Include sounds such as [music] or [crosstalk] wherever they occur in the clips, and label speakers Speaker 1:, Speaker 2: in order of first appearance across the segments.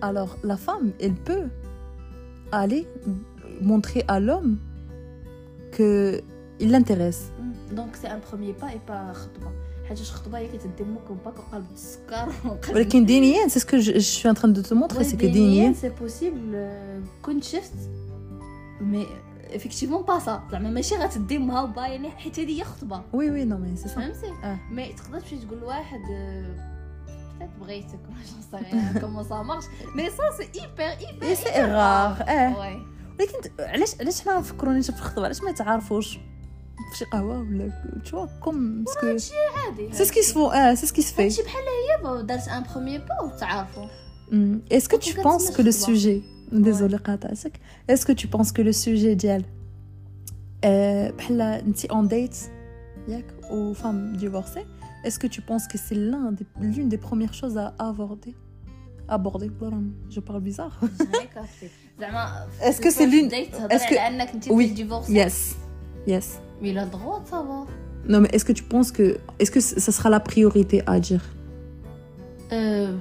Speaker 1: Alors la femme, elle peut aller montrer à l'homme que il l'intéresse.
Speaker 2: دونك سي ان بروميي با اي با خطبه حيت الخطبه هي كتدي امك وباك وقلب السكر
Speaker 1: ولكن دينيا c'est ce que je, je suis en train de te montrer c'est que دينيا
Speaker 2: سي بوسيبل كنت شفت مي افكتيفمون با سا زعما ماشي غتدي امها وبا يعني حيت هذه هي خطبه
Speaker 1: Oui oui non mais c'est ça.
Speaker 2: فهمتي
Speaker 1: آه.
Speaker 2: مي تقدر تمشي تقول لواحد بتات بغيتك [laughs] ولا جون سا ريان كومون سا مارش مي سا سي ايبر
Speaker 1: Et
Speaker 2: ايبر
Speaker 1: c'est rare. Eh.
Speaker 2: واي
Speaker 1: ولكن ت- علاش علاش حنا فكروني في الخطبه علاش ما يتعارفوش في شي قهوه ولا تشوا كوم باسكو
Speaker 2: هادشي عادي
Speaker 1: سي سكي سفو اه سي سكي سفي
Speaker 2: هادشي بحال هي دارت ان بخوميي با وتعارفوا
Speaker 1: Hmm. Est-ce que
Speaker 2: En
Speaker 1: tu
Speaker 2: tout cas,
Speaker 1: penses
Speaker 2: c'est
Speaker 1: que le
Speaker 2: notre choix.
Speaker 1: sujet, désolé قاطعتك, est-ce que tu penses que le sujet ديال euh, بحال انت en date ياك aux femmes divorcées, est-ce que tu penses que c'est l'un des- l'une des premières choses à aborder aborder بلا- je parle bizarre [laughs]
Speaker 2: زعما
Speaker 1: Est-ce que c'est l'une- est-ce
Speaker 2: Est-ce
Speaker 1: que-
Speaker 2: que انك انت
Speaker 1: Oui.
Speaker 2: في الديفورس
Speaker 1: yes yes
Speaker 2: مي لا دروا صافا
Speaker 1: non mais est-ce que tu penses que est-ce que c- ça sera la priorité à dire
Speaker 2: أه،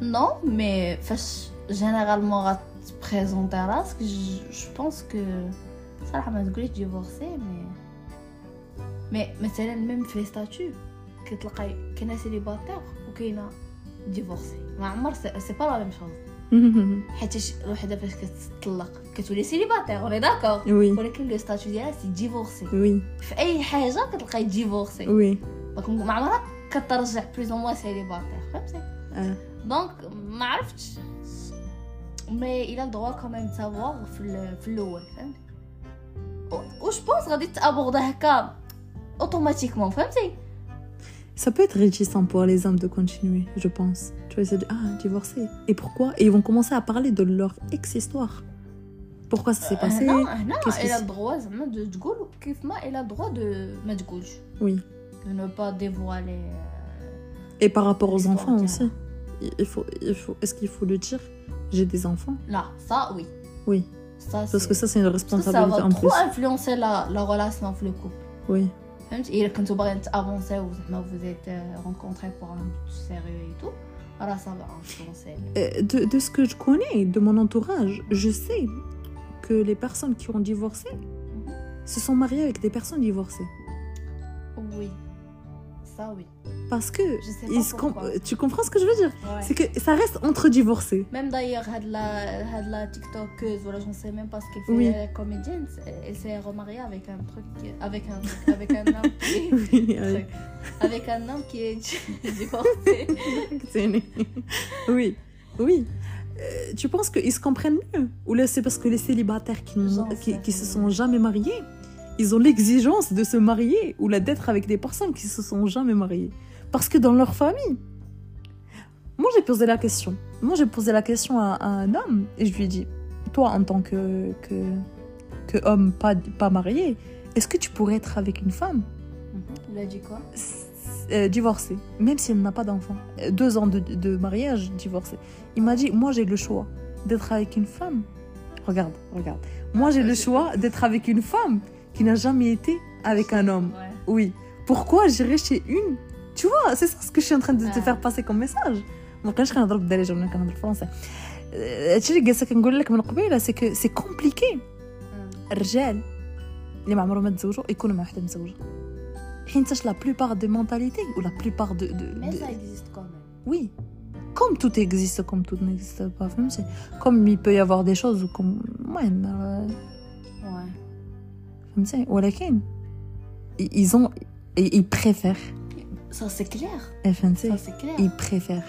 Speaker 2: نو مي فاش جينيرالمون غتبريزونتي راسك ج- جو بونس كو صراحه ما تقوليش ديفورسي مي مي مثلا ميم في لي ستاتيو كتلقاي كاينه سيليباتير وكاينه ديفورسي ما عمر سي سي با لا ميم شوز حيت الوحده فاش كتطلق كتولي سيليباتير وني داكور
Speaker 1: oui
Speaker 2: ولكن لو ستاتيو ديالها سي ديفورسي
Speaker 1: oui
Speaker 2: في اي حاجه كتلقاي ديفورسي
Speaker 1: oui
Speaker 2: دونك ما عمرها كترجع بلوز اون موا سيليباتير فهمتي
Speaker 1: آه.
Speaker 2: دونك ما عرفتش مي الى الدغوا كوميم تافوار في ال- في الاول فهمتي و- و جو بونس غادي تابوردا هكا اوتوماتيكمون فهمتي
Speaker 1: Ça peut être réticent pour les hommes de continuer, je pense. Tu vois, ils se disent, ah, divorcé. Et pourquoi Et ils vont commencer à parler de leur ex-histoire. Pourquoi ça s'est passé
Speaker 2: هنا هنا
Speaker 1: كيس- كيس.
Speaker 2: الى الدغوا زعما دو تقول كيف ما الى الدغوا دو ما تقولش
Speaker 1: Oui.
Speaker 2: دو نو با ديفوالي
Speaker 1: Et par rapport aux
Speaker 2: L'histoire
Speaker 1: enfants
Speaker 2: de
Speaker 1: aussi. Il faut, il faut, Est-ce qu'il faut le dire J'ai des enfants.
Speaker 2: لا سا وي
Speaker 1: Oui.
Speaker 2: سا
Speaker 1: Parce que ça, c'est une
Speaker 2: Parce que ça
Speaker 1: responsabilité
Speaker 2: va
Speaker 1: en plus.
Speaker 2: trop influencer la, la relation avec le couple.
Speaker 1: Oui.
Speaker 2: فهمت الا كنتو باغيين تافونسي وزعما vous êtes euh, rencontrés pour un but sérieux et tout راه ça va influencer
Speaker 1: Euh, De, de ce que je connais, de mon entourage, je sais que les personnes qui ont divorcé
Speaker 2: Mhm.
Speaker 1: se sont mariées avec des personnes divorcées.
Speaker 2: oui ça oui
Speaker 1: Parce que
Speaker 2: Je sais
Speaker 1: ils
Speaker 2: pas
Speaker 1: se com-
Speaker 2: pourquoi.
Speaker 1: tu comprends ce que je veux dire C'est
Speaker 2: ouais.
Speaker 1: que ça reste entre divorcés.
Speaker 2: même d'ailleurs هاد la هاد la tiktokeuse voilà j'en sais même pas ce qu'elle fait
Speaker 1: Oui.
Speaker 2: euh, comédienne c'est- elle s'est remariée avec un truc qui- avec un truc, avec un homme qui
Speaker 1: [laughs] Oui, euh, avec-
Speaker 2: avec un homme qui est [laughs] divorcé
Speaker 1: [laughs] C'est une- oui, oui. Euh, tu penses qu'ils se comprennent mieux Ou là, c'est parce que les célibataires qui, n'ont-
Speaker 2: J'en
Speaker 1: qui,
Speaker 2: sais
Speaker 1: qui se
Speaker 2: rien.
Speaker 1: sont jamais mariés, ils ont l'exigence de se marier ou là d'être avec des personnes qui se sont jamais mariées. Parce que dans leur famille. Moi, j'ai posé la question. Moi, j'ai posé la question à, à un homme et je lui ai dit Toi, en tant que, que, que homme pas, pas marié, est-ce que tu pourrais être avec une femme
Speaker 2: il a dit quoi
Speaker 1: euh, divorcé, même s'il n'a pas d'enfant. Euh, Deux ans de, de mariage, divorcé. Il m'a dit, moi j'ai le choix d'être avec une femme. Regarde, regarde. Moi j'ai le choix d'être avec une femme qui n'a jamais été avec un homme.
Speaker 2: ouais
Speaker 1: Oui. Pourquoi j'irais chez une Tu vois, c'est ça ce que je suis en train de te
Speaker 2: Ah.
Speaker 1: faire passer comme message. ما بقيناش كنهضر بالدارجه ولا كنهضر بالفرنسي أه، هادشي اللي جالسه كنقول لك من قبيله سي كو سي كومبليكي الرجال اللي ما عمرهم ما تزوجوا يكونوا مع وحده مزوجه حيت لا بلوبار دو مونتاليتي ولا بلوبار دو
Speaker 2: mais ça existe quand même
Speaker 1: Oui. Comme tout existe, comme tout n'existe pas, فهمتي؟ Comme il peut y avoir des choses où comme ouais, mais, euh,
Speaker 2: ouais
Speaker 1: فهمتي؟ ولكن i- ils ont i- ils préfèrent
Speaker 2: ça c'est clair
Speaker 1: فهمتي؟
Speaker 2: ça c'est clair
Speaker 1: ils préfèrent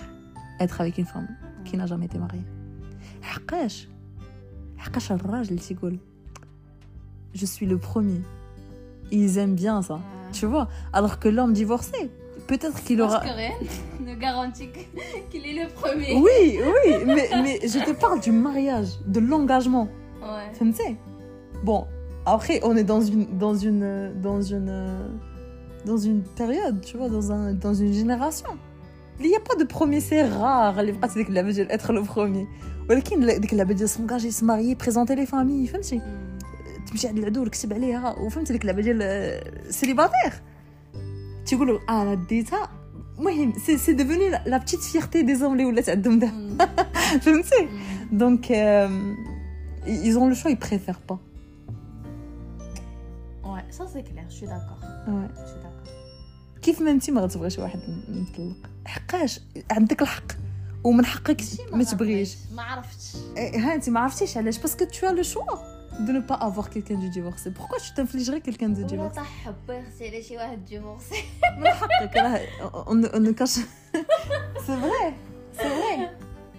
Speaker 1: être avec une femme qui n'a jamais été mariée. حقاش حقاش الراجل تيقول je suis le premier. Ils aiment bien ça.
Speaker 2: Ouais.
Speaker 1: Tu vois, alors que l'homme divorcé, peut-être qu'il aura
Speaker 2: Parce que [laughs] rien ne garantit que- [laughs] qu'il est le premier.
Speaker 1: Oui, oui, mais, mais je te parle du mariage, de l'engagement.
Speaker 2: Ouais.
Speaker 1: Tu me sais Bon, après, on est dans une, dans une, euh, dans une, euh, dans une période, tu vois, dans, un, dans une génération. Il n'y a pas de premier, c'est rare. Les pratiques de la veulent être le premier. ولكن لا- ديك اللعبه ديال s'engager, se marier, présenter les familles, فهمتي
Speaker 2: Hmm.
Speaker 1: تمشي عند العدو كتب عليها وفهمتي ديك اللعبه ديال السيليباتير تيقولوا انا ديتها المهم، c'est c'est devenu la- la petite fierté des hommes اللي ولات عندهم دابا [laughs]
Speaker 2: Mm.
Speaker 1: فهمتي [laughs] دونك ils ont le choix ils préfèrent pas
Speaker 2: Ouais, ça c'est clair, je suis d'accord.
Speaker 1: Ouais.
Speaker 2: Je suis d'accord.
Speaker 1: كيف ما انت ما غتبغيش واحد م- مطلق حقاش عندك الحق ومن حقك
Speaker 2: شي
Speaker 1: ما تبغيش
Speaker 2: غنبغيش، ما عرفتش
Speaker 1: إيه، ها انت ما عرفتيش علاش باسكو tu as le choix de ne pas avoir quelqu'un de divorcé pourquoi tu t'infligerais quelqu'un de
Speaker 2: ولا
Speaker 1: divorcé
Speaker 2: طاح حبيغتي على شي واحد ديفورسي
Speaker 1: من حقك راه on on ne cache [laughs] c'est vrai c'est vrai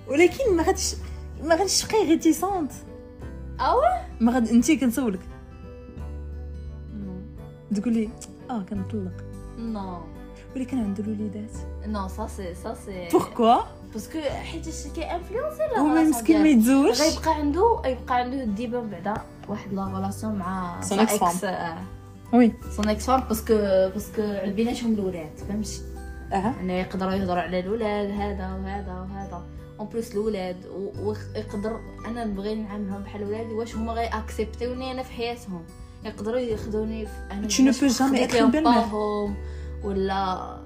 Speaker 1: ولكن ما غاديش ما غاديش تبقاي ريتيسونت
Speaker 2: آه
Speaker 1: ما غادي انت كنسولك تقول لي اه كنطلق
Speaker 2: نو
Speaker 1: ولكن عنده الوليدات
Speaker 2: نو سا سي سا سي
Speaker 1: بوركوا
Speaker 2: باسكو حيت كي انفلونسي لا
Speaker 1: هو
Speaker 2: relation
Speaker 1: مسكين ما
Speaker 2: ديالك.
Speaker 1: يتزوجش
Speaker 2: غيبقى عنده يبقى عنده الديبان بعدا واحد لا غولاسيون مع
Speaker 1: Son
Speaker 2: سا
Speaker 1: ex femme.
Speaker 2: ex- euh, آه.
Speaker 1: وي
Speaker 2: سون اكس فام باسكو باسكو بيناتهم الولاد فهمتي
Speaker 1: اه
Speaker 2: يعني يقدروا يهضروا على الولاد هذا وهذا وهذا اون بلوس الولاد و- ويقدر انا نبغي نعاملهم بحال ولادي واش هما غيأكسبتيوني انا في حياتهم يقدروا ياخذوني في انا
Speaker 1: Tu ne
Speaker 2: باش
Speaker 1: peux jamais
Speaker 2: خديت
Speaker 1: être
Speaker 2: لهم
Speaker 1: une belle-mère.
Speaker 2: باهم ولا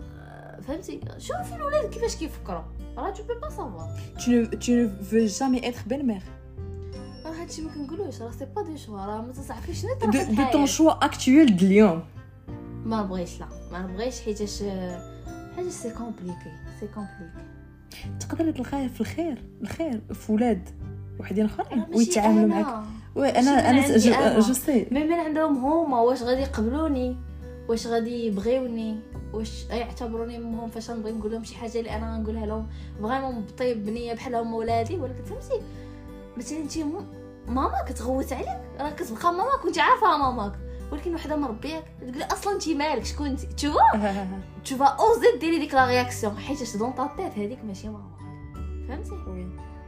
Speaker 2: فهمتي شوفي الولاد كيفاش كيفكروا راه تو بي با سافوار
Speaker 1: tu ne tu ne veux jamais être belle-mère
Speaker 2: راه هادشي ما كنقولوش راه سي با دي شوا راه ما تصعفيش نتا
Speaker 1: de, de ton choix actuel de lion
Speaker 2: ما نبغيش لا ما نبغيش حيتاش حاجه سي كومبليكي سي كومبليكي
Speaker 1: تقدر تلقاه في الخير الخير في ولاد وحدين اخرين
Speaker 2: راه آه، ماشي
Speaker 1: إيه، ويتعاملوا
Speaker 2: أنا.
Speaker 1: معك وي
Speaker 2: ماشي
Speaker 1: انا
Speaker 2: من
Speaker 1: انا
Speaker 2: عندي
Speaker 1: جو-
Speaker 2: أنا.
Speaker 1: جو سي
Speaker 2: مي من عندهم هما واش غادي يقبلوني واش غادي يبغيوني واش يعتبروني امهم فاش نبغي نقول لهم شي حاجه اللي انا غنقولها لهم فريمون بطيب بنيه بحال هما ولادي ولا كتفهمتي مثلا انت م- ماما كتغوت عليك راه كتبقى ماماك وانت عارفه ماماك ولكن وحده مربياك تقول اصلا انت مالك شكون انت تشوفا tu vas oser ديري ديك لا رياكسيون حيت دون تا تيت هذيك ماشي ماما فهمتي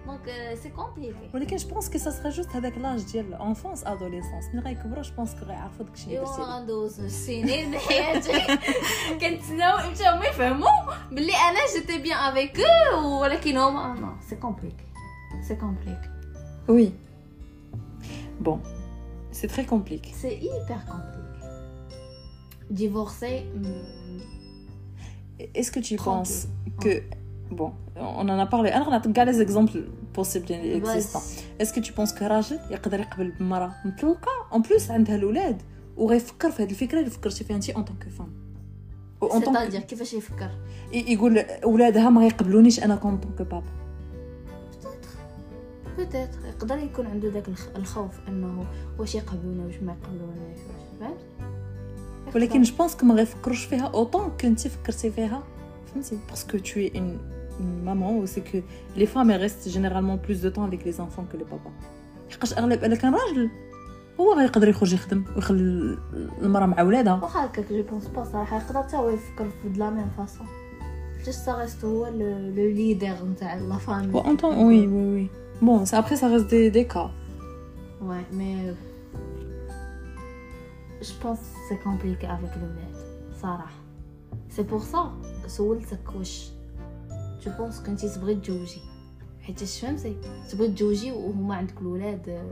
Speaker 2: دونك سي كومبليكي
Speaker 1: ولكن جو بونس كو سا سرا جوست هذاك لاج ديال الانفونس ادوليسونس ملي غيكبروا جو بونس كو غيعرفوا داكشي اللي
Speaker 2: ايوا
Speaker 1: درتي
Speaker 2: انا غندوز [laughs] سنين من حياتي كنتسناو امتى هما يفهموا بلي انا جيتي بيان افيك او ولكن هما نو سي كومبليكي سي كومبليكي
Speaker 1: وي بون سي تري كومبليك
Speaker 2: سي هيبر كومبليكي ديفورسي hmm,
Speaker 1: اسكو تي
Speaker 2: Tranquille.
Speaker 1: بونس كو بون اون انا بارلي انا غنعطيك كاع لي زيكزامبل بوسيبل اللي اكزيستون اسكو تي بونس كو راجل يقدر يقبل بمراه مطلقه اون بلوس عندها الاولاد وغيفكر في هذه الفكره اللي فكرتي فيها انت اون طونك فام
Speaker 2: bah,
Speaker 1: اون طونك
Speaker 2: سيتادير كيفاش يفكر
Speaker 1: يقول اولادها ما غيقبلونيش انا كون طونك بابا
Speaker 2: بوتيتر يقدر يكون عنده ذاك الخ- الخوف انه واش يقبلونا واش ما يقبلوناش واش فهمت
Speaker 1: ولكن جو بونس ما غيفكروش فيها اوطون كنتي فكرتي فيها فهمتي باسكو تو اي اون مامون و سي كو لي فام ريست جينيرالمون بلوس دو طون افيك لي زانفون كو لي بابا حقاش اغلب الا كان راجل هو غيقدر يخرج يخدم ويخلي المراه مع ولادها
Speaker 2: واخا هكاك جو بونس با صراحه يقدر حتى هو يفكر في دو لا ميم فاصون حيتاش سا غيست هو لو لو ليدر نتاع لا فامي
Speaker 1: و اون طون وي وي وي بون سا ابخي سا ريست دي دي كا
Speaker 2: واي مي جو بونس سي كومبليكي افيك الولاد صراحه سي بور سا سولتك واش جو بونس كنتي تبغي تزوجي حيتاش فهمتي تبغي تزوجي وهما عندك الولاد آه،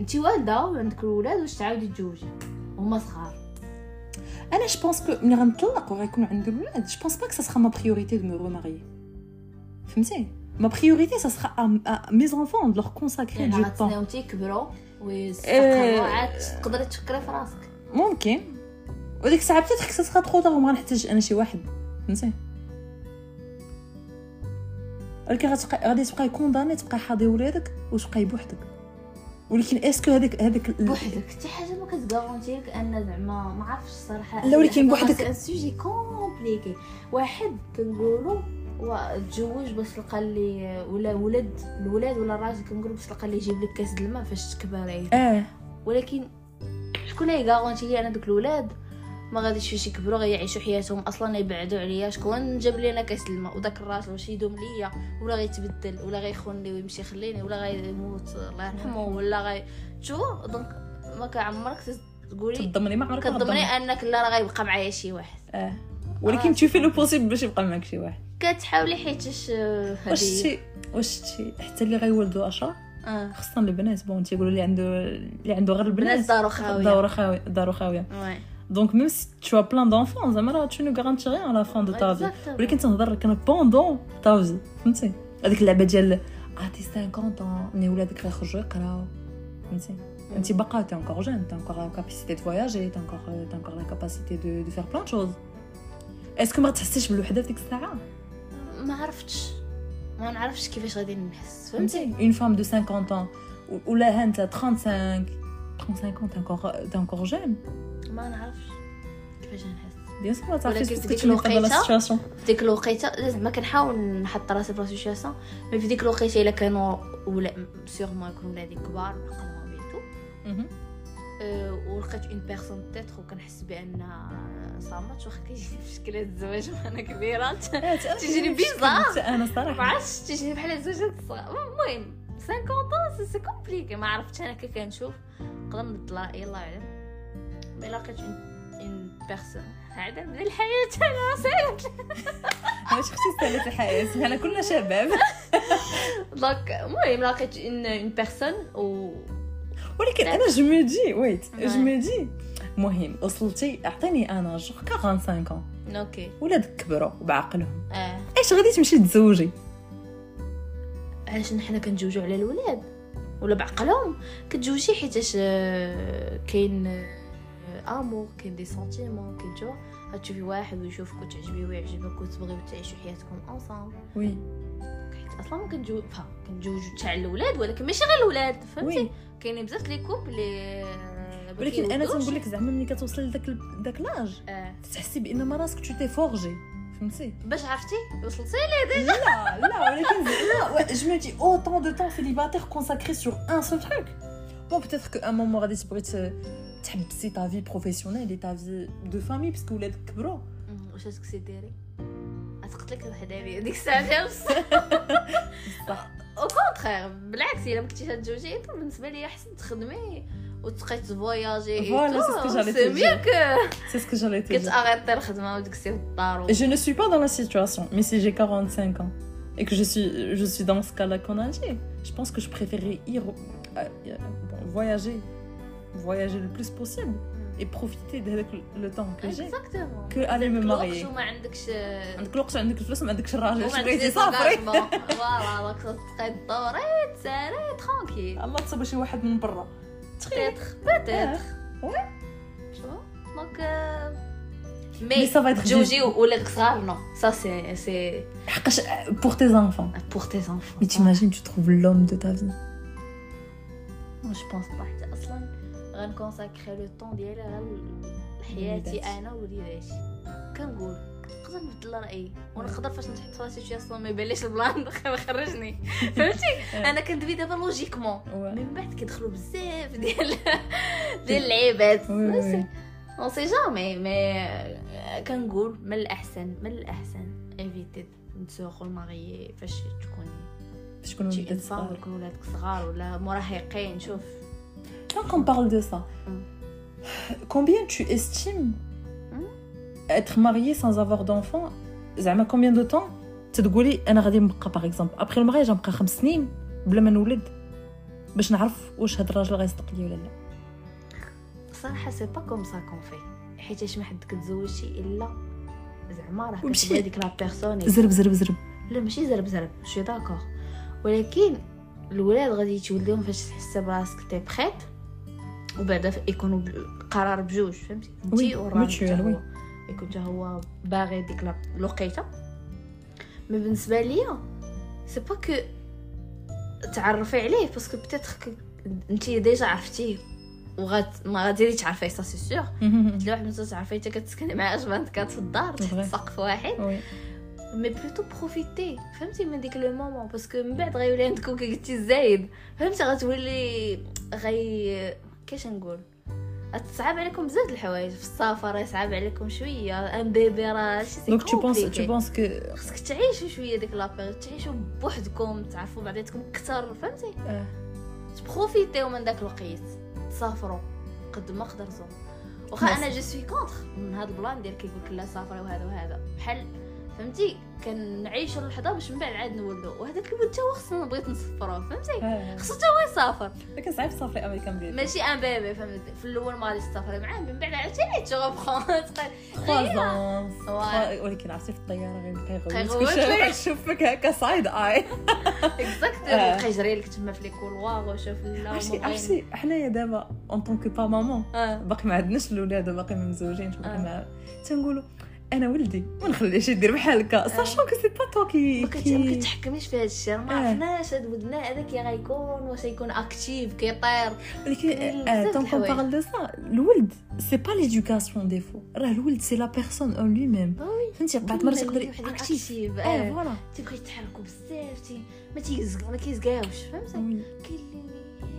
Speaker 2: انتي والده وعندك الولاد واش تعاودي تزوجي هما صغار
Speaker 1: انا جو بونس كو ملي غنطلق وغيكون عندي الولاد جو بونس با كو سا سخا ما بريوريتي دو مو ريماريي فهمتي ما بريوريتي سا سخا مي زانفون دو لور كونساكري
Speaker 2: لان
Speaker 1: دو طون
Speaker 2: غتسناو تيكبروا
Speaker 1: إيه.
Speaker 2: ويستقروا عاد تقدري تفكري في راسك
Speaker 1: ممكن وديك الساعه بتات خصها تخا تخوض وما غنحتاج انا شي واحد فهمتي ولكن غتبقى غادي تبقى كونداني تبقى حاضي ولادك وتبقى بوحدك ولكن اسكو هذاك هذاك ال-
Speaker 2: بوحدك حتى حاجه ما كتغارونتي لك ان زعما ما عرفتش الصراحه
Speaker 1: لا، ولكن
Speaker 2: هذا
Speaker 1: بوحدك.
Speaker 2: سي ان سوجي كومبليكي واحد كنقولوا وا- تزوج باش تلقى لي ولا ولد الولاد ولا الراجل كنقولوا باش تلقى لي يجيب لك كاس د الماء فاش تكبري
Speaker 1: اه
Speaker 2: ولكن شكون اللي غارونتي لي انا دوك الولاد ما غاديش فاش يكبروا غيعيشوا حياتهم اصلا يبعدوا عليا شكون جاب لينا كاس الماء وداك الراجل واش يدوم ليا ولا غيتبدل ولا غيخونني ويمشي يخليني ولا غيموت الله يرحمه ولا غي شو دونك ما كعمرك تقولي
Speaker 1: تضمني ما عمرك ما
Speaker 2: كتضمني
Speaker 1: تضمني.
Speaker 2: انك لا راه غيبقى معايا شي واحد
Speaker 1: اه ولكن
Speaker 2: آه.
Speaker 1: تشوفي لو بوسيبل باش يبقى معاك شي واحد
Speaker 2: كتحاولي حيتاش آه،
Speaker 1: واش
Speaker 2: هذه-
Speaker 1: شتي واش شتي حتى اللي غيولدوا اشرار
Speaker 2: اه
Speaker 1: خاصه البنات بون تيقولوا اللي عنده اللي عنده غير
Speaker 2: بنات
Speaker 1: البنات
Speaker 2: دارو خاويه
Speaker 1: دارو خاويه دارو خاويه
Speaker 2: وي
Speaker 1: Donc même si tu as plein d'enfants, زعما راه tu ne garantis rien à la fin de ta vie. ولكن تنهضر لك انا بوندون تا في فهمتي هذيك اللعبه ديال عطي 50 ans ملي ولادك راه يخرجوا يقراو فهمتي انت باقا تي انكور جون تي انكور لا كاباسيتي دو فواياجي تي انكور تي انكور لا كاباسيتي دو دو فير بلان شوز اسكو ما تحسيش بالوحده في ديك الساعه
Speaker 2: ما عرفتش ما نعرفش كيفاش غادي نحس فهمتي
Speaker 1: فهمتي اون فام دو 50 ans و- ولا ها انت 35 35 ans تي انكور تي انكور جون
Speaker 2: ما نعرفش كيفاش غنحس
Speaker 1: بيان سور ما تعرفيش
Speaker 2: ولكن
Speaker 1: كيفاش
Speaker 2: في ديك
Speaker 1: تكون في
Speaker 2: الوقيته-
Speaker 1: السيتواسيون
Speaker 2: في ديك الوقيته زعما كنحاول نحط راسي في لا سيتوياسيون مي في ديك الوقيته الا كانوا ولا سيغمون يكونوا ولادي كبار عقلهم بيتو
Speaker 1: [laughs]
Speaker 2: أه، ولقيت اون بيرسون تيتر وكنحس بانها صامت واخا كيجي مشكلة الزواج وانا كبيرة [laughs] تجري بيزار.
Speaker 1: انا
Speaker 2: ما
Speaker 1: صراحه
Speaker 2: عرفتش تجي بحال الزوجات الصغار المهم 50 ans سي كومبليكي ما عرفتش انا كي كنشوف نقدر نبدل رايي الله اعلم مي لقيت اون بيرسون هذا من الحياة انا سالت
Speaker 1: انا شفتي سالت الحياه حنا كلنا شباب
Speaker 2: دونك المهم لقيت اون اون بيرسون و
Speaker 1: ولكن انا جو مو دي ويت جو مو دي مهم وصلتي اعطيني انا جو هكا 25 ans
Speaker 2: اوكي
Speaker 1: ولادك كبروا بعقلهم
Speaker 2: اه
Speaker 1: ايش غادي تمشي تزوجي
Speaker 2: علاش حنا كنتزوجوا على الولاد ولا بعقلهم كتزوجي حيتاش آه، كاين آه، امور كاين دي سنتيمون كاين جو غتشوفي واحد ويشوفك وتعجبيه ويعجبك وتبغيو تعيشوا حياتكم اونصام
Speaker 1: وي
Speaker 2: حيت اصلا ما كنتزوج فا كنتزوجوا تاع الولاد ولكن ماشي غير الولاد فهمتي
Speaker 1: وي
Speaker 2: كاينين بزاف لي كوب لي آه،
Speaker 1: ولكن انا تنقول لك زعما ملي كتوصل لذاك ال- داك لاج
Speaker 2: آه.
Speaker 1: تحسي بان ما راسك تو تي فورجي فهمتي
Speaker 2: باش عرفتي وصلتي
Speaker 1: لا [laughs] لا ولكن زعما جو مو دي اوتون دو طون سيليباتير كونساكري سور ان سول تروك بون بوتيتر كو ان مومون غادي تبغي ت- تحبسي تا في بروفيسيونيل اي تا في دو فامي باسكو ولادك كبروا
Speaker 2: مم، واش تكسي ديري غتقتلك الوحده ديالي ديك الساعه فيها بصح
Speaker 1: صح.
Speaker 2: او كونترير بالعكس الا ما كنتيش تزوجي إنت بالنسبه لي احسن تخدمي وتبقاي تفواياجي
Speaker 1: Voilà, c'est ce que j'allais te dire.
Speaker 2: ميك
Speaker 1: سي سكو جالي تي
Speaker 2: كتاغيطي الخدمه وديك الساعه في الدار و-
Speaker 1: Je ne suis pas dans la situation, mais si j'ai 45 ans et que je suis, je suis dans ce cas-là qu'on a dit, je pense que je préférerais ir, euh, euh, bon, voyager, voyager le plus possible et profiter de le temps que j'ai
Speaker 2: اكزاكتومون
Speaker 1: que aller me marier. Ah,
Speaker 2: وما عندكش
Speaker 1: عندك الوقت عندك الفلوس ما عندكش الراجل
Speaker 2: وما
Speaker 1: شنو
Speaker 2: عندكش
Speaker 1: بغيتي
Speaker 2: دي
Speaker 1: صافري
Speaker 2: زونغاجمون. فوالا دونك تبقاي دوري تساري ترونكيل
Speaker 1: الله تصب شي واحد من برا
Speaker 2: بيتيتر بيتيتر
Speaker 1: وي.
Speaker 2: شو دونك آه،
Speaker 1: مي
Speaker 2: مي
Speaker 1: سا فا
Speaker 2: تزوجي ولا صغار نو سا سي سي
Speaker 1: حقاش بور تي زانفون
Speaker 2: بور تي زانفون
Speaker 1: مي تيماجين tu trouves l'homme de ta vie
Speaker 2: جو بونس با حيت اصلا غنكونساكري لو طون ديالي غير لحياتي
Speaker 1: وليداتي.
Speaker 2: انا ووليداتي كنقول نقدر نبدل رايي ونقدر فاش نتحط في راسي شي اصلا ما يبانليش [laughs] البلان دخل خرجني فهمتي انا كندوي دابا لوجيكمون
Speaker 1: Ouais.
Speaker 2: من بعد كيدخلوا بزاف
Speaker 1: [laughs]
Speaker 2: ديال ديال اللعيبات
Speaker 1: وي، وي.
Speaker 2: اون سي جامي مي euh, كنقول من الاحسن من الاحسن ايفيتي تسوقوا الماريي فاش تكوني
Speaker 1: شكون
Speaker 2: شي
Speaker 1: ولدت
Speaker 2: انسان
Speaker 1: صغار
Speaker 2: ويكون ولادك صغار ولا مراهقين شوف
Speaker 1: Quand qu'on parle de ça,
Speaker 2: Mm.
Speaker 1: combien tu estimes
Speaker 2: Mm.
Speaker 1: être marié sans avoir d'enfant زعما combien de temps تتقولي انا غادي نبقى par exemple après le mariage نبقى خمس سنين بلا ما نولد باش نعرف واش هاد الراجل غيصدق لي ولا لا
Speaker 2: صراحه سي با كوم سا كون في حيتاش ما حد كتزوجي الا زعما راه
Speaker 1: ومشي-
Speaker 2: كتبغي هذيك لا بيرسون
Speaker 1: زرب زرب
Speaker 2: [laughs]
Speaker 1: زرب
Speaker 2: لا ماشي زرب زرب شي داكور ولكن الولاد غادي يتولدون فاش تحس براسك تي بخيت وبعدا ف- يكونوا ب- قرار بجوج فهمتي انت
Speaker 1: وي،
Speaker 2: والراجل
Speaker 1: mutual،
Speaker 2: حتى
Speaker 1: وي.
Speaker 2: هو يكون حتى هو باغي ديك لا- الوقيته مي بالنسبه ليا سي با كو تعرفي عليه باسكو بتاتر انت ديجا عرفتيه وغاد ما غادي تعرفيه سا سي سيغ لو واحد ما تعرفيه حتى كتسكني معاه 24 في الدار تحت
Speaker 1: Vrai.
Speaker 2: سقف واحد
Speaker 1: وي
Speaker 2: مي بلوتو بروفيتي فهمتي من ديك لو مومون باسكو من بعد غيولي عندكم كي قلتي الزايد فهمتي غتولي غي كاش نقول غتصعب عليكم بزاف د الحوايج في السفر يصعب عليكم شويه ان بيبي راه شي سي
Speaker 1: دونك tu penses tu
Speaker 2: compliqué.
Speaker 1: penses que
Speaker 2: خصك تعيشوا شويه ديك لابيغ تعيشوا بوحدكم تعرفوا بعضياتكم اكثر فهمتي
Speaker 1: آه.
Speaker 2: تبروفيتيو من داك الوقت تسافروا قد ما قدرتوا واخا
Speaker 1: بس.
Speaker 2: انا جو سوي كونتر من هاد البلان ديال كيقولك لا سافري وهذا وهذا بحال فهمتي كنعيش اللحظه باش من بعد عاد نولو وهذاك الولد تا هو خصنا بغيت نصفرو فهمتي خصو تا هو يسافر
Speaker 1: لكن صعيب تصافري امريكان بيبي
Speaker 2: ماشي ان بيبي فهمتي في الاول ما غاديش تسافري معاه من بعد عاوتاني تشوف [laughs] خلاص
Speaker 1: خوازون
Speaker 2: Ouais.
Speaker 1: ولكن عرفتي في الطياره غير كيغوتك
Speaker 2: كيغوتك.
Speaker 1: وشافك [laughs] تشوفك هكا سايد اي
Speaker 2: اكزاكتومون بقى يجري لك تما في لي كولوار وشوف لا
Speaker 1: آه. عرفتي عرفتي حنايا دابا اون طونك با مامون
Speaker 2: اه
Speaker 1: باقي ما عندناش الاولاد باقي ما مزوجينش باقي
Speaker 2: آه.
Speaker 1: ما تنقولوا انا ولدي ما نخليهش يدير بحال هكا ساشون كو سي با تو كي
Speaker 2: ما كت-
Speaker 1: كي-
Speaker 2: ما كتحكميش في هذا الشيء راه ما
Speaker 1: آه.
Speaker 2: عرفناش هاد ودنا هذاك يا غيكون واش غيكون اكتيف كيطير
Speaker 1: ولكن
Speaker 2: كاين بزاف
Speaker 1: تون كون
Speaker 2: الحوايج.
Speaker 1: بارل دو سا الولد سي با ليدوكاسيون ديفو راه الولد سي لا بيرسون اون لوي ميم
Speaker 2: وي
Speaker 1: فهمتي بعد مرات تقدري اكتيف
Speaker 2: اكتيف
Speaker 1: اه
Speaker 2: اه
Speaker 1: فوالا
Speaker 2: تيبقى يتحركوا بزاف تي ما تيزق ما كيزقاوش فهمتي
Speaker 1: وي.
Speaker 2: كاين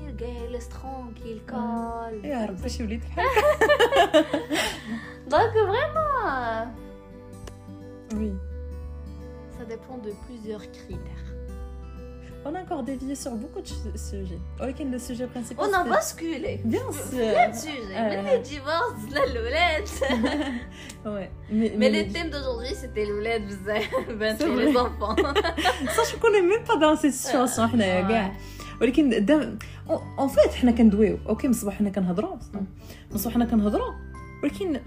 Speaker 2: اللي جالس ترونكيل
Speaker 1: آه.
Speaker 2: كال
Speaker 1: يا رب باش وليت بحال
Speaker 2: دونك فريمون
Speaker 1: وي
Speaker 2: سا ديبون دو بليزيور كريتير
Speaker 1: On a encore dévié sur beaucoup de ch- sujets. Ok, le sujet principal.
Speaker 2: اون
Speaker 1: c'était-
Speaker 2: باسكولي
Speaker 1: Bien
Speaker 2: [laughs] بلان
Speaker 1: sûr.
Speaker 2: سوجي
Speaker 1: آه.
Speaker 2: من لي ديفورس للولاد
Speaker 1: ouais. Mais,
Speaker 2: مي لو تيم دوجوردي سيتي الولاد بزاف بنت [laughs]
Speaker 1: C'est
Speaker 2: لي
Speaker 1: vrai. [laughs]
Speaker 2: زونفون
Speaker 1: ça, je connais même pas dans cette
Speaker 2: آه،
Speaker 1: situation. احنا يا كاع. ولكن دام اون فيت حنا كندويو اوكي من الصباح حنا كنهضروا من الصباح حنا كنهضروا ولكن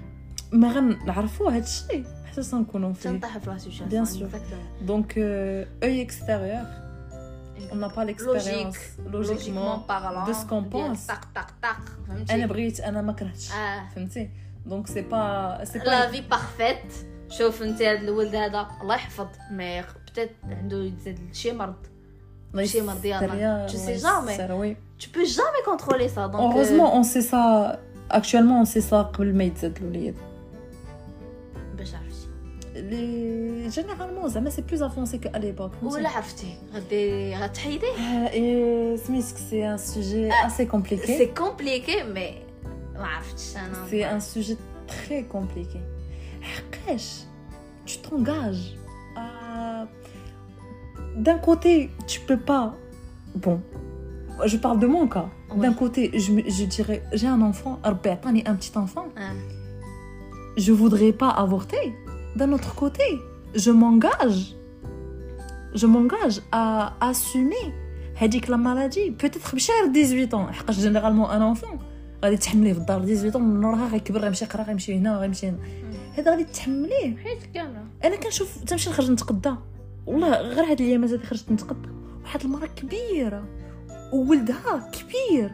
Speaker 1: ما غنعرفوا هذا الشيء حتى تنكونوا فيه آه،
Speaker 2: تنطيح في لا سيتياسيون
Speaker 1: Bien sûr. دونك اوي اكستيريور اون با
Speaker 2: Logique.
Speaker 1: ليكسبيريونس
Speaker 2: لوجيكمون
Speaker 1: لوجيكمون
Speaker 2: بارلون
Speaker 1: de ce qu'on pense.
Speaker 2: طق طق طق
Speaker 1: انا
Speaker 2: فهمتي
Speaker 1: بغيت انا ما كرهتش
Speaker 2: اه
Speaker 1: فهمتي دونك سي با سي
Speaker 2: لا
Speaker 1: با
Speaker 2: في بارفيت شوف انت هذا الولد هذا الله يحفظ مي بتات عنده يتزاد شي مرض شي مرض يلا Tu sais jamais. euh,
Speaker 1: وي
Speaker 2: tu peux jamais contrôler ça donc
Speaker 1: اوروزمون اون سي سا اكشوالمون اون سي سا قبل ما يتزاد الوليد
Speaker 2: آه، باش عرفتي
Speaker 1: لي جينيرالمون زعما سي بلوز افونسي كو اليبوك
Speaker 2: ولا عرفتي غدي غتحيديه
Speaker 1: euh, سميتك سي ان سوجي
Speaker 2: Ah,
Speaker 1: اسي
Speaker 2: سي
Speaker 1: كومبليكي
Speaker 2: كومبليكي مي ما عرفتش انا
Speaker 1: سي ان سوجي تري كومبليكي حقاش tu t'engages à... d'un côté tu peux pas bon je parle de mon cas
Speaker 2: Ouais.
Speaker 1: d'un côté je, me- je dirais j'ai un enfant ربي عطاني un petit enfant
Speaker 2: آه.
Speaker 1: je voudrais pas avorter. D'un autre côté, je m'engage. Je m'engage à assumer هذيك la maladie. Peut-être باش يعرف 18 ans. حقاش généralement un enfant غادي تحمليه في الدار 18 ans من نورها غيكبر غيمشي يقرا غيمشي هنا وغيمشي هنا. هذا غادي تحمليه.
Speaker 2: حيت كامله
Speaker 1: انا كنشوف تمشي نخرج نتقدى. والله غير هاد الايامات هادي خرجت نتقدى واحد المراه كبيره وولدها كبير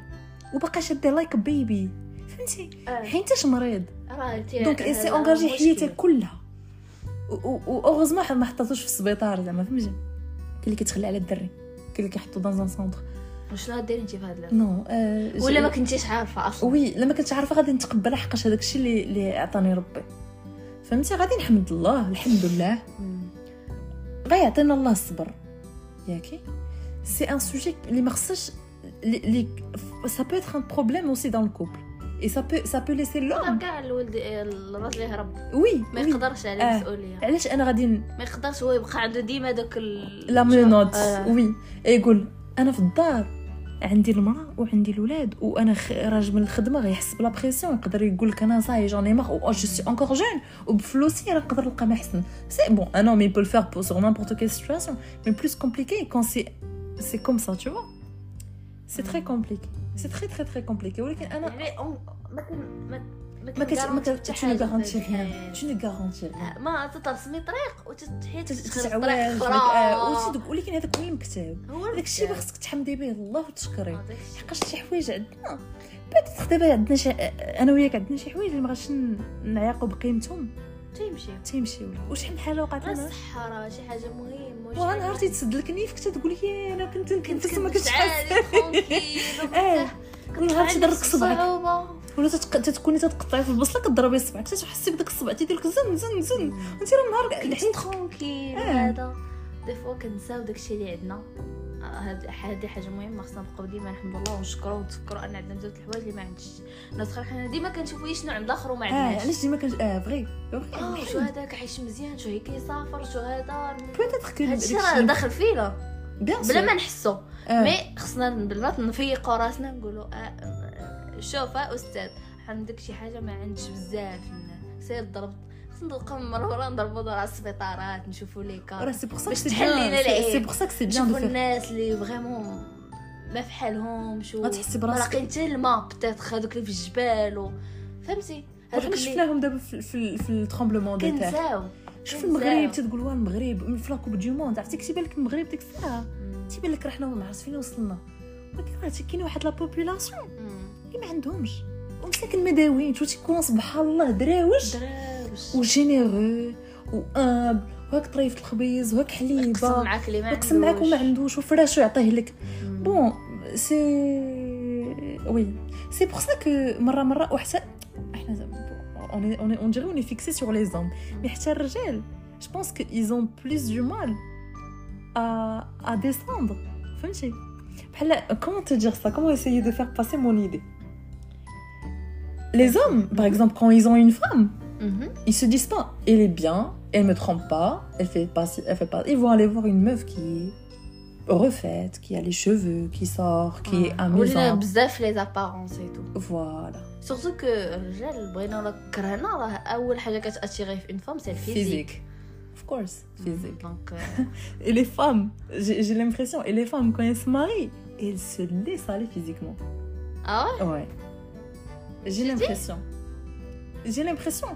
Speaker 1: وباقا شاده لايك بيبي فهمتي
Speaker 2: Euh,
Speaker 1: حيتاش مريض
Speaker 2: راه
Speaker 1: دونك سي اونجاجي حياتك كلها واوغوزمون ما حطاتوش في السبيطار زعما فهمتي كاين اللي كيتخلى على الدري كاين اللي كيحطو دانزان سونتر
Speaker 2: شنو غديري انت في هاد اللعبه
Speaker 1: نو آه، ج-
Speaker 2: ولا ما كنتيش عارفه اصلا
Speaker 1: وي لما كنتش عارفه غادي نتقبل حقاش هذاك الشيء اللي اللي عطاني ربي فهمتي غادي نحمد الله الحمد لله
Speaker 2: Hmm.
Speaker 1: غيعطينا يعطينا الله الصبر ياكي سي ان سوجي اللي ما خصش اللي سا بو اتر ان بروبليم اوسي دون الكوبل اي سا بو سا بو ليسي لوم
Speaker 2: كاع الولد الراجل يهرب
Speaker 1: وي
Speaker 2: ما
Speaker 1: وي.
Speaker 2: يقدرش على
Speaker 1: آه.
Speaker 2: المسؤوليه
Speaker 1: علاش انا غادي
Speaker 2: ما يقدرش هو يبقى عنده ديما دوك ال...
Speaker 1: لا مينوت
Speaker 2: آه.
Speaker 1: وي يقول انا في الدار عندي المراه وعندي الاولاد وانا خ- راج من الخدمه غيحس بلا بريسيون يقدر يقول لك انا صاي جوني ماغ او جو سي اونكور جون وبفلوسي راه نقدر نلقى ما احسن سي بون انا مي بو الفير بو سور نيمبورت كيل سيتوياسيون مي بلوس كومبليكي كون سي سي كوم سا تو فوا سي تري كومبليكي سي تري تري تري كومبليكي ولكن انا
Speaker 2: Mm. يعني أم- ما كان ما ما
Speaker 1: ما كت ما كت
Speaker 2: حتى
Speaker 1: tu ne
Speaker 2: حاجة
Speaker 1: garantis
Speaker 2: في
Speaker 1: rien.
Speaker 2: الحياة.
Speaker 1: tu ne garantis rien.
Speaker 2: ما تترسمي طريق وتحيد
Speaker 1: تتسع
Speaker 2: طريق
Speaker 1: واجبك، آه،
Speaker 2: اخرى
Speaker 1: وتدق- ولكن هذاك هو المكتب
Speaker 2: هو
Speaker 1: هذاك الشيء اللي
Speaker 2: الكتاب.
Speaker 1: خصك تحمدي به الله وتشكريه
Speaker 2: آه، داك الشيء.
Speaker 1: لحقاش شي حوايج عندنا بعد دابا عندنا شي انا وياك عندنا شي حوايج اللي ما غاش ن- نعيقوا بقيمتهم
Speaker 2: تيمشي
Speaker 1: تيمشيو وشحال من حاجه وقعت
Speaker 2: غير
Speaker 1: لنا
Speaker 2: الصحة راه شي حاجة مهمة وشي
Speaker 1: وها
Speaker 2: حاجة-
Speaker 1: نهار تيتسد لك نيفك تتقول لي انا كنت نتنفس وما كنتش حاسه
Speaker 2: عادي،
Speaker 1: [laughs]
Speaker 2: tranquille،
Speaker 1: آه.
Speaker 2: وبتاع.
Speaker 1: ونهار
Speaker 2: عندك
Speaker 1: تضرك صبعك
Speaker 2: صعوبة.
Speaker 1: ولا تتق- تتكوني تتقطعي في بصلك تضربي صبعك تتحسي بداك الصبع تيدير لك زن زن زن انت راه نهار
Speaker 2: كنت ترونكيل
Speaker 1: آه.
Speaker 2: وهذا دي فوا كنساو داكشي اللي عندنا آه، هاد هادي حاجه مهمه خصنا نبقاو ديما الحمد لله ونشكرو ونتفكروا ان عندنا بزاف د الحوايج اللي ما عندش الناس خير حنا ديما كنشوفوا إيه شنو عند الاخر وما
Speaker 1: اه
Speaker 2: عندناش
Speaker 1: علاش ديما كنت اه فغي
Speaker 2: اه شو هذاك عايش مزيان شو هيك يسافر شو هذا
Speaker 1: بوتيتر كو
Speaker 2: هادشي راه داخل فينا
Speaker 1: بيان
Speaker 2: بلا
Speaker 1: سور.
Speaker 2: ما نحسو
Speaker 1: آه.
Speaker 2: مي خصنا بالبلات نفيقوا راسنا نقولوا آه، آه، شوف آه، استاذ عندك شي حاجه ما عندش بزاف سير ضربت نلقى مرورة نضربوا دور على السبيطارات نشوفوا لي
Speaker 1: Voilà,
Speaker 2: كار
Speaker 1: c'est pour ça que
Speaker 2: Parce
Speaker 1: c'est
Speaker 2: que
Speaker 1: bien.
Speaker 2: t'as les
Speaker 1: C'est-
Speaker 2: lèvres.
Speaker 1: C'est pour ça que c'est bien de
Speaker 2: نشوفوا
Speaker 1: faire.
Speaker 2: الناس اللي فريمون ما في حالهمش و-
Speaker 1: ما تحسي
Speaker 2: ما
Speaker 1: براسك
Speaker 2: لاقين حتى الماء بتاتخ هذوك اللي في الجبال و... فهمتي
Speaker 1: حنا
Speaker 2: هذوك اللي
Speaker 1: شفناهم دابا في في في الترومبلمون دو تير
Speaker 2: كنساو
Speaker 1: شوف
Speaker 2: كنساو.
Speaker 1: المغرب تتقول واه المغرب من في لاكوب دي موند عرفتي كتيبان لك المغرب ديك الساعه تيبان لك راه حنا ما عرفت فين وصلنا ولكن راه تي كاين واحد لا بوبولاسيون
Speaker 2: مم.
Speaker 1: اللي ما عندهمش ومساكن مداوين شو تيكونوا سبحان الله
Speaker 2: Mm.
Speaker 1: دراوج
Speaker 2: دراوش
Speaker 1: وجينيرو وامبل وهاك طريف الخبيز وهاك
Speaker 2: يقسم
Speaker 1: حليبه
Speaker 2: معاك اللي ما
Speaker 1: يقسم معاك وما عندوش وفراشو يعطيه لك
Speaker 2: مم.
Speaker 1: بون سي وي سي بور سا كو مره مره وحتى احنا زعما- اوني اوني اون ديري اوني فيكسي سور لي زوم مي حتى الرجال جو بونس كو ايزون بلوس دو مال ا ا ديسوندر فهمتي بحال كومون تدير سا كومون اسيي دو فير باسي مون ايدي Les hommes, par exemple, quand ils ont une femme,
Speaker 2: مهم.
Speaker 1: ils se disent pas, elle est bien, elle me trompe pas, elle fait pas, ci, elle fait pas. Ils vont aller voir une meuf qui est refaite, qui a les cheveux, qui sort, qui est
Speaker 2: آه. ولينا
Speaker 1: amusante.
Speaker 2: بزاف لي زابارونس اي تو
Speaker 1: Voilà.
Speaker 2: سورتو كو الرجال بغينا ولا كرهنا راه اول حاجه كتاتيغي في اون فام سي الفيزيك
Speaker 1: Physique. Of course, physique.
Speaker 2: دونك
Speaker 1: Et les femmes, j'ai j'ai l'impression, et les femmes, quand elles se marient, elles se laissent aller physiquement.
Speaker 2: اه
Speaker 1: Ouais. J'ai
Speaker 2: dis
Speaker 1: l'impression. J'ai l'impression.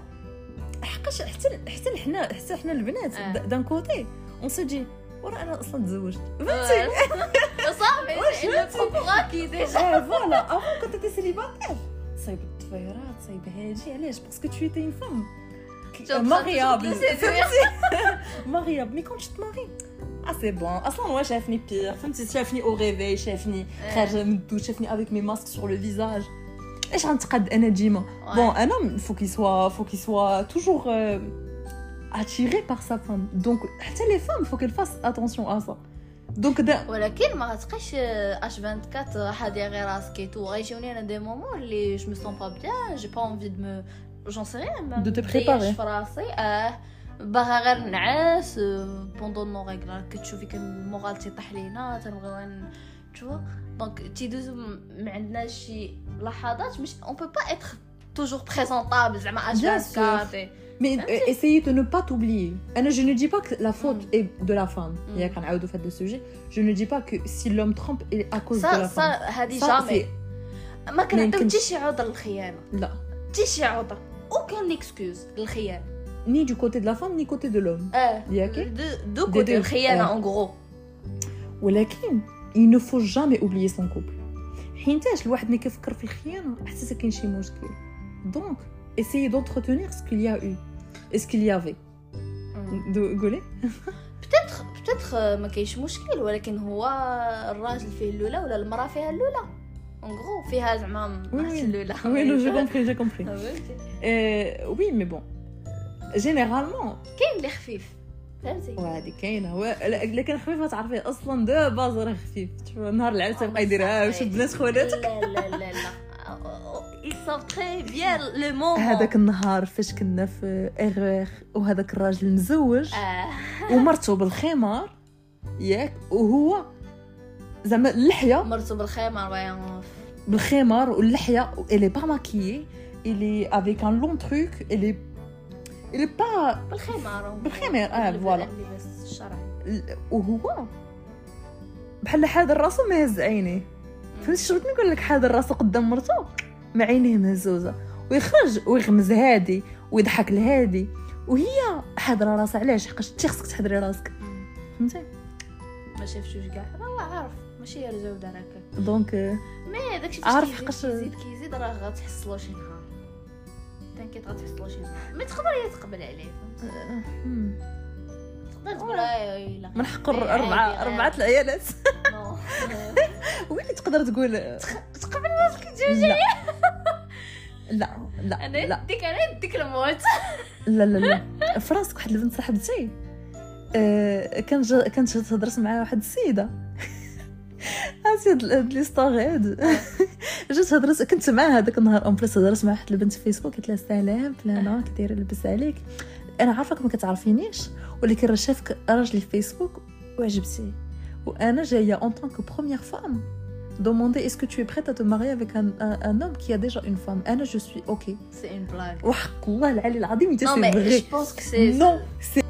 Speaker 1: حقاش حتى حتى حنا حتى حنا
Speaker 2: آه.
Speaker 1: البنات دان كوتي اون سو دي ورا انا اصلا تزوجت فهمتي
Speaker 2: Ouais. [laughs] صافي
Speaker 1: واش
Speaker 2: سي
Speaker 1: بنتي؟
Speaker 2: لو بروغرام كي ديجا
Speaker 1: اه فوالا افون كنت تي سيليباتير صايب الطفيرات صايب هادي علاش باسكو tu étais une femme Euh,
Speaker 2: [laughs]
Speaker 1: ماريابل ماريابل مي كنت تماري اه سي بون اصلا هو شافني بير فهمتي شافني او ريفي شافني خارجه من الدوش شافني افيك مي ماسك سور لو فيزاج اش غنتقد انا ديما بون انا فو كي سوا فو كي سوا توجور اتيري بار سا فام دونك حتى لي فام فو كيل فاس اتونسيون ا سا دونك دا
Speaker 2: ولكن ما غتبقاش اش 24 حاضيه غير راسك اي تو غيجيوني انا دي مومون اللي جو مو سون با بيان جي با اونفي دو مو جون سي ريان ما
Speaker 1: De te
Speaker 2: مدياش
Speaker 1: préparer.
Speaker 2: في راسي اه باغا غير نعاس بوندون نو ريغل راك كتشوفي كان المورال تيطيح لينا تنبغيو ن- تشوفو دونك تيدوزو م- ما عندناش شي لحظات مش اون بو با اتر توجور بريزونطابل زعما اش
Speaker 1: Bien sûr.
Speaker 2: 24
Speaker 1: مي euh, essayez de ne pas t'oublier انا je ne dis pas que la faute est de la femme
Speaker 2: Mm.
Speaker 1: ياك كنعاودوا في هذا السوجي je ne dis pas que si l'homme trompe il est à cause de
Speaker 2: صا
Speaker 1: la
Speaker 2: صا
Speaker 1: femme
Speaker 2: هادي
Speaker 1: Ça,
Speaker 2: جامي
Speaker 1: c'est-
Speaker 2: ما كنعطيو
Speaker 1: يمكنش.
Speaker 2: حتى شي عذر للخيانه
Speaker 1: لا
Speaker 2: حتى شي عذر اوكان اكسكوز للخيانه
Speaker 1: ni du côté de la femme ni côté de l'homme
Speaker 2: اه
Speaker 1: ياك؟
Speaker 2: دو دو كوتي
Speaker 1: دو-
Speaker 2: الخيانه
Speaker 1: آه.
Speaker 2: اون غرو
Speaker 1: ولكن il ne faut jamais oublier son couple حينتاش الواحد ملي كيفكر في الخيانه حتى كاين شي مشكل دونك essayez d'entretenir ce qu'il y a eu et ce qu'il y avait دو- قولي
Speaker 2: بتاتخ بتاتخ آه، ما كاينش مشكل ولكن هو الراجل فيه اللوله ولا المراه فيها اللوله اون غرو فيها زعما م-
Speaker 1: وي،
Speaker 2: نفس
Speaker 1: وي.
Speaker 2: اللوله
Speaker 1: Ah oui Ah. non j'ai compris j'ai compris
Speaker 2: فهمتي؟
Speaker 1: Euh, oui mais bon généralement
Speaker 2: كاين اللي خفيف فهمتي
Speaker 1: وهذه كاينه و- لكن خفيفه تعرفي اصلا دابا راه خفيف تشوف نهار
Speaker 2: Ah,
Speaker 1: العرس تبقى يديرها وشوف بنات خوالاتك
Speaker 2: لا لا لا لا Ah, oh, يصاب تري بيان لو مومون
Speaker 1: هذاك النهار فاش كنا في اغوير وهذاك الراجل مزوج
Speaker 2: آه.
Speaker 1: ومرته بالخمار ياك وهو زعما اللحيه
Speaker 2: مرتو بالخيمه راه
Speaker 1: بالخمار واللحيه اللي با ماكيي اللي افيك ان لون تروك اللي اللي با
Speaker 2: بالخيمه راه
Speaker 1: بالخمار، آه،
Speaker 2: اللي-
Speaker 1: فوالا.
Speaker 2: اللي بس الشرع
Speaker 1: وهو بحال حاضر راسو ما هز عينيه فهمت شنو بغيت نقول لك حاضر راسو قدام مرته مع عينيه مهزوزه ويخرج ويغمز هادي ويضحك لهادي وهي حاضره راسها علاش حقاش انت خصك تحضري راسك
Speaker 2: مم.
Speaker 1: فهمتي
Speaker 2: ما شافتوش كاع راه هو عارف ماشي رزوب هكا
Speaker 1: دونك آه،
Speaker 2: مي داكشي
Speaker 1: عارف
Speaker 2: فاش
Speaker 1: حقاش-
Speaker 2: كيزيد كيزيد كيزيد راه غتحصلو شي نهار تنكيت غتحصلو شي نهار ما تقدر هي تقبل عليه فهمتي؟
Speaker 1: مم.
Speaker 2: تقدر تقول آه، الا
Speaker 1: من حق الر-
Speaker 2: عادي،
Speaker 1: أربعة
Speaker 2: عادي.
Speaker 1: أربعة العيالات [laughs]
Speaker 2: [laughs] نو.
Speaker 1: وين تقدر تقول
Speaker 2: تقبل راسك تجوج
Speaker 1: لا لا لا
Speaker 2: انا
Speaker 1: لا
Speaker 2: يديك انا يديك الموت
Speaker 1: لا لا لا [laughs] في راسك واحد البنت صاحبتي آه، كان جا- كانت تهضرت مع واحد [laughs] السيده عرفتي هاد ال- هاد لي ستوري هاد [laughs] جات هضرت كنت معاها هذاك النهار اون بليس هضرت مع واحد البنت في فيسبوك قلت لها سلام
Speaker 2: أه.
Speaker 1: فلانه كي دايره لبس عليك انا عارفك ما كتعرفينيش ولكن راه شافك راجلي في فيسبوك وعجبتي وانا جايه اون طونك بروميير فام demander est-ce que tu es prête à te marier avec un, un- un homme qui a déjà une femme Anna, je suis ok.
Speaker 2: C'est une blague.
Speaker 1: Ouah, Allah, l'Ali, l'Adim, il dit,
Speaker 2: Non,
Speaker 1: c'est
Speaker 2: mais
Speaker 1: vrai.
Speaker 2: je pense que c'est.
Speaker 1: Non, c'est